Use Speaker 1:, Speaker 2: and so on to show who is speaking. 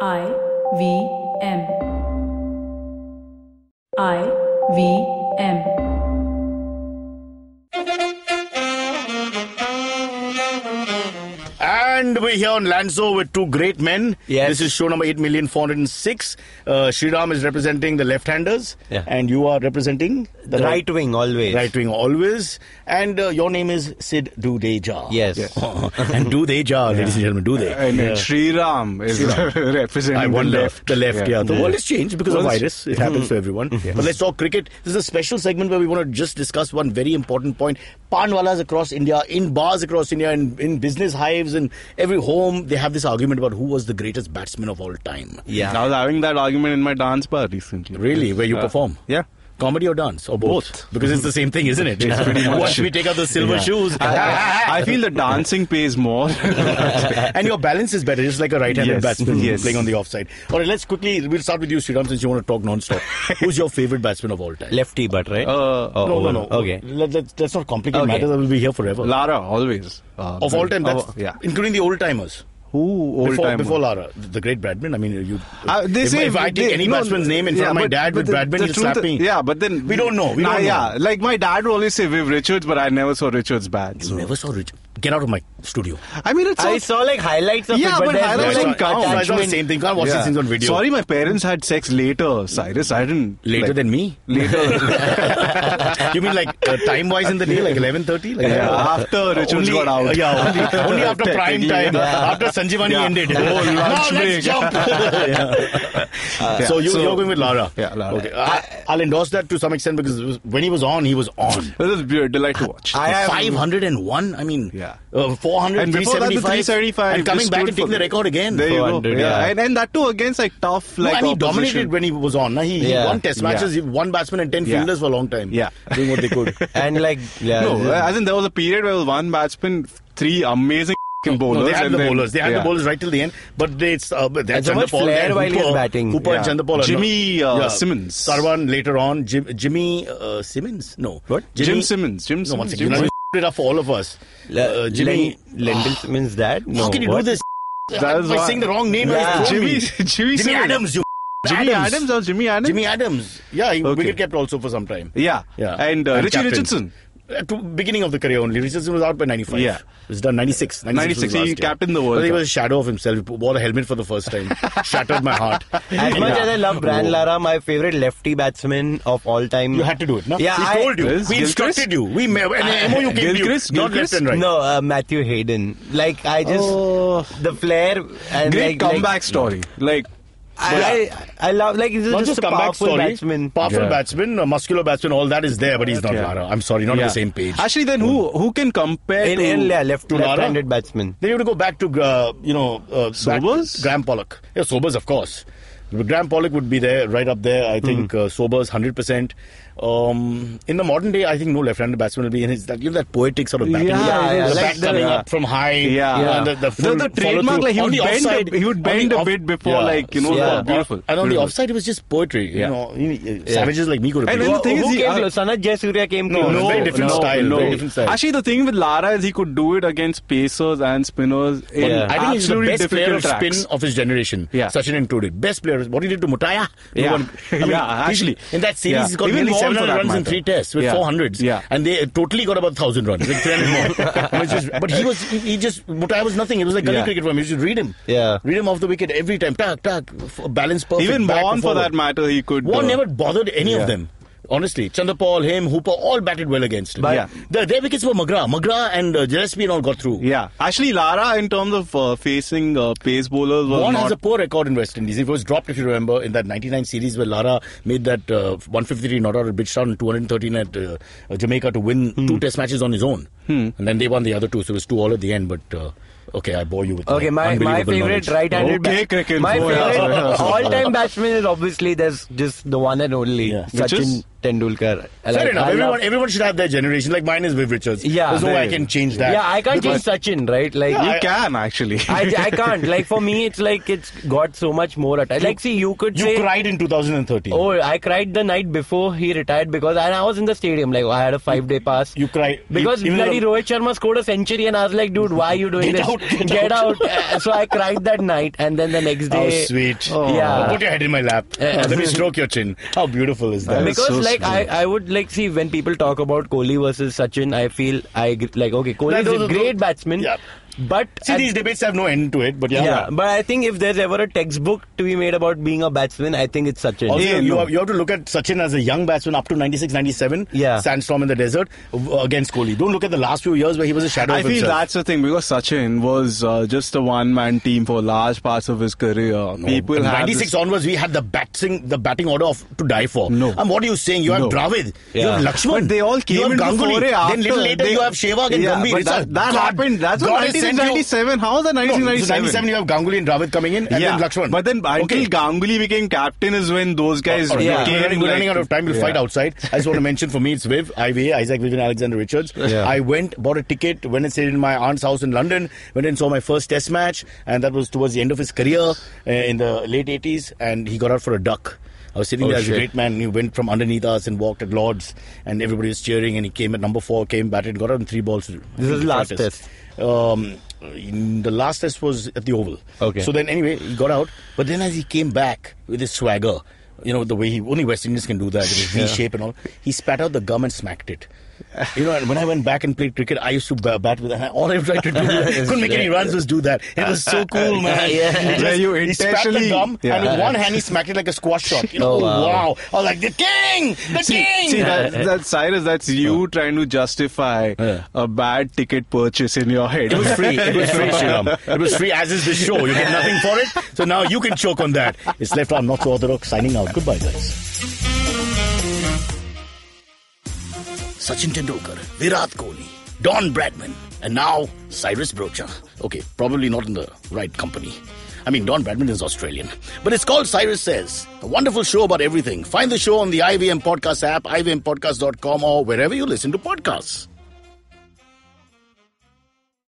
Speaker 1: I V M. I V M.
Speaker 2: And we're here on Lanzo with two great men.
Speaker 3: Yes.
Speaker 2: This is show number 8,406. Uh, Sriram is representing the left-handers.
Speaker 3: Yeah.
Speaker 2: And you are representing the
Speaker 3: right wing always.
Speaker 2: Right wing always. And uh, your name is Sid Dudeja.
Speaker 3: Yes.
Speaker 2: and Dudeja, ladies and gentlemen, Dudeja.
Speaker 4: And then Sri Ram is representing
Speaker 2: I wonder
Speaker 4: the left.
Speaker 2: The left, yeah. The world has changed because of
Speaker 4: World's-
Speaker 2: virus. It happens to everyone. But let's talk cricket. This is a special segment where we want to just discuss one very important point. Panwalas across India, in bars across India, in, in business hives, in every home, they have this argument about who was the greatest batsman of all time.
Speaker 3: Yeah.
Speaker 4: I was having that argument in my dance bar recently.
Speaker 2: Really? Where you
Speaker 4: Yeah.
Speaker 2: perform?
Speaker 4: Yeah.
Speaker 2: Uh, Comedy or dance or both?
Speaker 4: Both.
Speaker 2: Because it's the same thing, isn't it?
Speaker 4: It's pretty much-
Speaker 2: Once we take out the silver shoes,
Speaker 4: I, I- I feel the dancing pays more.
Speaker 2: and your balance is better. It's like a right-handed
Speaker 4: Yes.
Speaker 2: batsman
Speaker 4: Yes.
Speaker 2: playing on the offside. All right, let's quickly. We'll start with you, Sriram, since you want to talk non-stop. Who's your favorite batsman of all time?
Speaker 3: Lefty, but right.
Speaker 4: Uh,
Speaker 3: Oh,
Speaker 2: no, no,
Speaker 3: oh,
Speaker 2: no.
Speaker 3: Okay.
Speaker 2: Let, let, let's not complicate
Speaker 3: Okay.
Speaker 2: matters. We'll be here forever.
Speaker 4: Lara, always. Uh,
Speaker 2: of all time, that's,
Speaker 4: oh, yeah.
Speaker 2: including the old timers.
Speaker 4: Who old
Speaker 2: before,
Speaker 4: time?
Speaker 2: before Lara, the great Bradman. I mean, you.
Speaker 4: Uh, they
Speaker 2: if,
Speaker 4: say
Speaker 2: if I take
Speaker 4: they-
Speaker 2: any
Speaker 4: no,
Speaker 2: batsman's name in
Speaker 4: yeah,
Speaker 2: front of my
Speaker 4: but-
Speaker 2: dad with
Speaker 4: but the-
Speaker 2: Bradman,
Speaker 4: the
Speaker 2: he'll
Speaker 4: truth
Speaker 2: slap
Speaker 4: is-
Speaker 2: me.
Speaker 4: Yeah, but then
Speaker 2: We don't know. We
Speaker 4: Nah,
Speaker 2: don't know.
Speaker 4: Yeah, like my dad would always say Viv Richards, but I never saw Richards bats.
Speaker 2: You never saw Rich. Get out of my studio.
Speaker 4: I mean, it's
Speaker 3: I
Speaker 4: all
Speaker 3: saw like highlights of
Speaker 4: Yeah,
Speaker 3: it, but,
Speaker 4: but
Speaker 3: there's
Speaker 4: highlights
Speaker 3: no
Speaker 4: don't
Speaker 3: like,
Speaker 4: count.
Speaker 2: I saw the
Speaker 3: attachment.
Speaker 2: same thing. Can't watch these things on video.
Speaker 4: Sorry, my parents had sex later, Cyrus. I didn't.
Speaker 2: Later
Speaker 4: like-
Speaker 2: than me.
Speaker 4: Later.
Speaker 2: you mean like uh, time wise in the day, like eleven thirty? Like uh,
Speaker 4: Yeah, after Richards
Speaker 2: only,
Speaker 4: got out.
Speaker 2: Yeah, only, only after prime
Speaker 4: Technically,
Speaker 2: time,
Speaker 4: yeah.
Speaker 2: after Sanjivani
Speaker 4: Yeah.
Speaker 2: ended.
Speaker 4: Oh, lunch
Speaker 2: now let's
Speaker 4: break.
Speaker 2: jump.
Speaker 4: yeah.
Speaker 2: So you,
Speaker 4: So-
Speaker 2: you're going with Lara.
Speaker 4: Yeah, Lara.
Speaker 2: Okay. I, I'll endorse that to some extent because it was- when he was on, he was on.
Speaker 4: It was a delight to watch.
Speaker 3: I have-
Speaker 2: 501. I mean,
Speaker 4: Yeah.
Speaker 2: uh, 400,
Speaker 4: And before that, the 375.
Speaker 2: and coming
Speaker 4: just
Speaker 2: back
Speaker 4: stood
Speaker 2: and taking
Speaker 4: for-
Speaker 2: the record again.
Speaker 4: There you go.
Speaker 3: 400,
Speaker 4: Yeah.
Speaker 3: yeah.
Speaker 4: And, and that too against like tough,
Speaker 2: No,
Speaker 4: like
Speaker 2: and he
Speaker 4: opposition.
Speaker 2: dominated when he was on. na. He, he
Speaker 3: Yeah.
Speaker 2: won test
Speaker 4: Yeah.
Speaker 2: matches, he won batsman and 10
Speaker 4: Yeah.
Speaker 2: fielders for a long time.
Speaker 4: Yeah.
Speaker 2: Doing what they could.
Speaker 3: And like, yeah,
Speaker 4: No, as in there was a period where one batsman, three amazing f***ing bowlers.
Speaker 2: No, they had
Speaker 4: and
Speaker 2: the
Speaker 4: then-
Speaker 2: bowlers. They had
Speaker 4: yeah.
Speaker 2: the bowlers right till the end. But they, it's, uh, they had
Speaker 3: And so much
Speaker 2: Chandrapal
Speaker 3: flair
Speaker 2: and
Speaker 3: while he was
Speaker 2: Hooper,
Speaker 3: batting.
Speaker 2: Hooper
Speaker 4: Yeah.
Speaker 2: and Chandrapal. are
Speaker 4: Jimmy,
Speaker 2: not-
Speaker 4: uh, Simmons.
Speaker 2: Sarwan later on. Jim, Jimmy uh, Simmons? No.
Speaker 3: What?
Speaker 4: Jim Simmons.
Speaker 2: No,
Speaker 4: Jim
Speaker 2: one second.
Speaker 4: Simmons. Jim
Speaker 2: You're not
Speaker 4: Simmons.
Speaker 2: gonna it up for all of us. Uh, Jimmy.
Speaker 3: Lendl means that. No,
Speaker 2: how can you
Speaker 3: what?
Speaker 2: do this?
Speaker 4: That is
Speaker 2: By
Speaker 4: why-
Speaker 2: saying the wrong name.
Speaker 3: Yeah.
Speaker 2: you throw
Speaker 4: Jimmy,
Speaker 2: me.
Speaker 4: Jimmy,
Speaker 2: Jimmy
Speaker 4: Simmons.
Speaker 2: Adams. You
Speaker 4: Jimmy Adams. or Jimmy Adams?
Speaker 2: Jimmy Adams. Yeah, he
Speaker 4: Okay.
Speaker 2: wicket kept also for some time.
Speaker 4: Yeah.
Speaker 2: Yeah.
Speaker 4: And, uh, Richie
Speaker 2: captain.
Speaker 4: Richardson.
Speaker 2: At the beginning of the career only. Richardson was out by 95.
Speaker 4: Yeah.
Speaker 2: It was done 96. 96,
Speaker 4: 96,
Speaker 2: was
Speaker 4: he
Speaker 2: last year.
Speaker 4: captained the World
Speaker 2: But he
Speaker 4: Cup.
Speaker 2: was a shadow of himself. He wore a helmet for the first time. Shattered my heart. uh,
Speaker 3: As much
Speaker 2: Yeah.
Speaker 3: as I
Speaker 4: uh,
Speaker 3: love Bran Lara, my favorite lefty batsman of all time.
Speaker 2: You had to do it, no?
Speaker 3: Yeah,
Speaker 2: we
Speaker 3: I-
Speaker 2: told you.
Speaker 4: Yes,
Speaker 2: we
Speaker 4: Gilchrist? Uh,
Speaker 2: instructed you. We ma- an MOU came to you.
Speaker 4: Gilchrist?
Speaker 2: Not
Speaker 4: Gilchrist?
Speaker 2: left and right.
Speaker 3: No, uh, Matthew Hayden. Like I just
Speaker 4: Oh.
Speaker 3: the flair and like,
Speaker 4: Great comeback
Speaker 3: Like,
Speaker 4: story. Like,
Speaker 3: I, I I love like he's
Speaker 2: Not
Speaker 3: just,
Speaker 2: just
Speaker 3: a
Speaker 2: comeback
Speaker 3: powerful
Speaker 2: story.
Speaker 3: batsman.
Speaker 2: Powerful
Speaker 4: Yeah.
Speaker 2: batsman, a muscular batsman, all that is there, but he's not
Speaker 4: Yeah.
Speaker 2: Lara. I'm sorry, not on
Speaker 4: yeah.
Speaker 2: the same page.
Speaker 4: Actually, then who who can compare
Speaker 3: In,
Speaker 4: to
Speaker 3: in yeah, left
Speaker 2: to Lara?
Speaker 3: left-handed batsman.
Speaker 2: Then you have to go back to, uh, you know, uh, back-
Speaker 4: Sobers?
Speaker 2: Graham Pollock. Yeah, Sobers, of course. Graham Pollock would be there, right up there. I think
Speaker 4: Hmm.
Speaker 2: uh, Sobers, hundred percent. Um, in the modern day, I think no left-handed batsman will be in his that you know that poetic sort of batting,
Speaker 4: Yeah,
Speaker 3: Yeah, yeah,
Speaker 2: the
Speaker 3: like
Speaker 2: back
Speaker 3: the-
Speaker 2: coming up from high,
Speaker 4: Yeah.
Speaker 2: you know, and the, the,
Speaker 4: The-
Speaker 2: full
Speaker 4: the
Speaker 2: follow-through.
Speaker 4: trademark, like, he
Speaker 2: On
Speaker 4: would
Speaker 2: the
Speaker 4: bend a-
Speaker 2: offside-
Speaker 4: he would
Speaker 2: on
Speaker 4: bend
Speaker 2: the
Speaker 4: a
Speaker 2: off-
Speaker 4: bit before, like, you know, Hmm.
Speaker 3: yeah,
Speaker 4: beautiful,
Speaker 2: And on the
Speaker 4: beautiful.
Speaker 2: offside, it was just poetry. You
Speaker 4: Yeah.
Speaker 2: know, you- savages like me could have
Speaker 4: And
Speaker 2: been.
Speaker 4: then the thing
Speaker 3: Who
Speaker 4: is, he-
Speaker 3: came
Speaker 4: uh,
Speaker 3: close? Sanat Jayasurya came
Speaker 2: No,
Speaker 3: close.
Speaker 2: no, very different
Speaker 3: no,
Speaker 2: style,
Speaker 3: No.
Speaker 2: very different style.
Speaker 4: Actually, the thing with Lara is he could do it against pacers and spinners in
Speaker 3: Yeah.
Speaker 2: I think he's the
Speaker 4: absolutely
Speaker 2: best player
Speaker 4: difficult
Speaker 2: of
Speaker 4: tracks.
Speaker 2: spin of his generation.
Speaker 4: Yeah.
Speaker 2: Sachin included. Best player. What he did to Mutaya. no
Speaker 4: Yeah.
Speaker 2: one- I mean,
Speaker 4: Yeah,
Speaker 2: he-
Speaker 4: actually.
Speaker 2: In that series,
Speaker 4: Yeah.
Speaker 2: he's got
Speaker 4: Even
Speaker 2: nearly
Speaker 4: Vaughan for
Speaker 2: 700
Speaker 4: that
Speaker 2: runs in
Speaker 4: matter.
Speaker 2: three tests with
Speaker 4: Yeah.
Speaker 2: 400s.
Speaker 4: Yeah.
Speaker 2: And they totally got about 1,000 runs. Like 300 more. Which is- but he was, he, he just, Mutaya was nothing. It was like gully
Speaker 4: Yeah.
Speaker 2: cricket for him. You should read him.
Speaker 3: Yeah.
Speaker 2: Read him off the wicket every time. Tack, tack. F- Balance perfect.
Speaker 4: Even
Speaker 2: back
Speaker 4: Vaughan,
Speaker 2: and
Speaker 4: for
Speaker 2: forward.
Speaker 4: that matter, he could.
Speaker 2: Vaughan
Speaker 4: uh,
Speaker 2: never bothered any of
Speaker 4: yeah.
Speaker 2: them. Honestly, Chandrapal, him, Hooper, all batted well against him.
Speaker 4: But- Yeah.
Speaker 2: the, their wickets were Magra. Magra and uh, Gillespie and all got through.
Speaker 4: Yeah, actually, Lara, in terms of uh, facing uh, pace bowlers, was
Speaker 2: Vaughan
Speaker 4: not.
Speaker 2: has a poor record in West Indies. He was dropped, if you remember, in that 99 series where Lara made that uh, 153 not out at Bridgetown and 213 at uh, uh, Jamaica to win two test matches on his own. And then they won the other two, so it was two all at the end. But uh, okay, I bore you with
Speaker 3: Okay, my, my
Speaker 2: unbelievable
Speaker 3: favorite
Speaker 2: knowledge. Oh.
Speaker 3: right-handed
Speaker 4: Okay,
Speaker 3: bat-
Speaker 4: cricket
Speaker 3: My
Speaker 4: boy.
Speaker 3: favorite all-time batsman is obviously there's just the one and only
Speaker 2: Yeah.
Speaker 4: Which
Speaker 3: Sachin
Speaker 4: is?
Speaker 3: Tendulkar.
Speaker 2: Fair enough.
Speaker 3: Oh. I
Speaker 2: everyone,
Speaker 3: love-
Speaker 2: everyone should have their generation. Like mine is Viv Richards.
Speaker 3: Yeah.
Speaker 2: There's no
Speaker 4: There
Speaker 2: way I
Speaker 4: you
Speaker 2: can
Speaker 4: go.
Speaker 2: change that.
Speaker 3: Yeah, I can't change Sachin, right? Like
Speaker 4: You
Speaker 2: I-
Speaker 4: can actually.
Speaker 3: I, I can't. Like for me, it's like it's got so much more attached. Like see, you could
Speaker 2: you
Speaker 3: say,
Speaker 2: cried in 2013.
Speaker 3: "Oh, I cried the night before he retired because," and I was in the stadium. Like I had a five-day pass.
Speaker 2: you cried
Speaker 3: Because
Speaker 2: even though-
Speaker 3: bloody Rohit Sharma scored a century, and I was like, dude, why are you doing
Speaker 2: Get
Speaker 3: this?
Speaker 2: out, get
Speaker 3: out. Uh, so I cried that night, and then the next
Speaker 2: How
Speaker 3: day.
Speaker 2: sweet.
Speaker 3: oh. Yeah.
Speaker 2: Put your head in my lap.
Speaker 3: Yeah.
Speaker 2: Let me stroke your chin. How beautiful is that?
Speaker 4: That's
Speaker 3: Because
Speaker 4: so
Speaker 3: like I, I would like see when people talk about Kohli versus Sachin, I feel I gr- like okay, Kohli
Speaker 2: That
Speaker 3: is a
Speaker 2: those-
Speaker 3: great batsman,
Speaker 2: Yeah.
Speaker 3: but
Speaker 2: See,
Speaker 3: at-
Speaker 2: these debates have no end to it, but yeah.
Speaker 3: yeah, but I think if there's ever a textbook to be made about being a batsman, I think it's Sachin.
Speaker 2: Also,
Speaker 4: Oh, Yeah,
Speaker 2: you,
Speaker 4: no.
Speaker 2: have, you have to look at Sachin as a young batsman up to 96, 97.
Speaker 3: Yeah.
Speaker 2: Sandstorm in the desert uh, against Kohli. Don't look at the last few years where he was a shadow
Speaker 4: I
Speaker 2: of
Speaker 4: feel
Speaker 2: himself.
Speaker 4: that's the thing because Sachin was uh, just a one-man team for large parts of his career. People
Speaker 2: In
Speaker 4: had
Speaker 2: 96
Speaker 4: this-
Speaker 2: onwards, we had the batting, the batting order of, to die for.
Speaker 4: No.
Speaker 2: And what are you saying? You have
Speaker 4: No.
Speaker 2: Dravid, you
Speaker 3: Yeah.
Speaker 2: have Lakshman,
Speaker 4: But they all came
Speaker 2: you have
Speaker 4: into
Speaker 2: Ganguly.
Speaker 4: foray after.
Speaker 2: Then little later,
Speaker 4: They-
Speaker 2: you have Shevak and
Speaker 4: yeah,
Speaker 2: Gambhir.
Speaker 4: but
Speaker 2: It's
Speaker 4: that,
Speaker 2: a-
Speaker 4: that
Speaker 2: God-
Speaker 4: happened. That's what
Speaker 2: God has sent you-
Speaker 4: 1997. How was that
Speaker 2: No, so
Speaker 4: 1997?
Speaker 2: 97, you have Ganguly and Dravid coming in, and
Speaker 4: yeah,
Speaker 2: then Lakshman.
Speaker 4: but then until
Speaker 2: Okay.
Speaker 4: Ganguly became captain is when those guys
Speaker 2: All right,
Speaker 3: Yeah.
Speaker 2: we're
Speaker 4: became
Speaker 2: running, we're running
Speaker 4: like-
Speaker 2: out of time. We'll
Speaker 4: Yeah.
Speaker 2: fight outside. I just want to mention for me, it's Viv, IVA, Isaac Vivian Alexander Richards.
Speaker 3: Yeah.
Speaker 2: I went, bought a ticket, went and stayed in my aunt's house in London, went and saw my first test match, and that was towards the end of his career uh, in the late 80s, and he got out for a duck. I was sitting
Speaker 3: Oh,
Speaker 2: there as a
Speaker 3: shit.
Speaker 2: great man. He went from underneath us and walked at Lords, and everybody was cheering. And he came at number four, came batted, got out in three balls.
Speaker 3: This is last test.
Speaker 2: Um, in- the last test was at the Oval.
Speaker 3: Okay.
Speaker 2: So then, anyway, he got out. But then, as he came back with his swagger, you know, the way he only West Indians can do that, with his V shape and all, he spat out the gum and smacked it. You know, and when I went back and played cricket, I used to ba- bat with it. and I- All I tried to do, couldn't make any runs, was do that. It was so cool, man. He just-
Speaker 4: Where you
Speaker 2: he spat the
Speaker 4: intentionally-
Speaker 2: gum, and with
Speaker 4: Yeah.
Speaker 2: one hand he smacked it like a squash shot. You know,
Speaker 3: Oh,
Speaker 2: oh,
Speaker 3: wow.
Speaker 2: wow. I was like, the king, the
Speaker 4: See,
Speaker 2: king.
Speaker 4: see that, that Cyrus, that's you trying to justify
Speaker 2: Yeah.
Speaker 4: a bad ticket purchase in your head.
Speaker 2: It was free. It was free, Sriram. It was free, as is this show. You get nothing for it. So now you can choke on that. It's left arm, not so orthodox, signing out. Goodbye, guys. Sachin Tendulkar, Virat Kohli, Don Bradman, and now Cyrus Brocha. Okay, probably not in the right company. I mean, Don Bradman is Australian. But it's called Cyrus Says, a wonderful show about everything. Find the show on the IVM Podcast app, ivmpodcast.com, or wherever you listen to podcasts.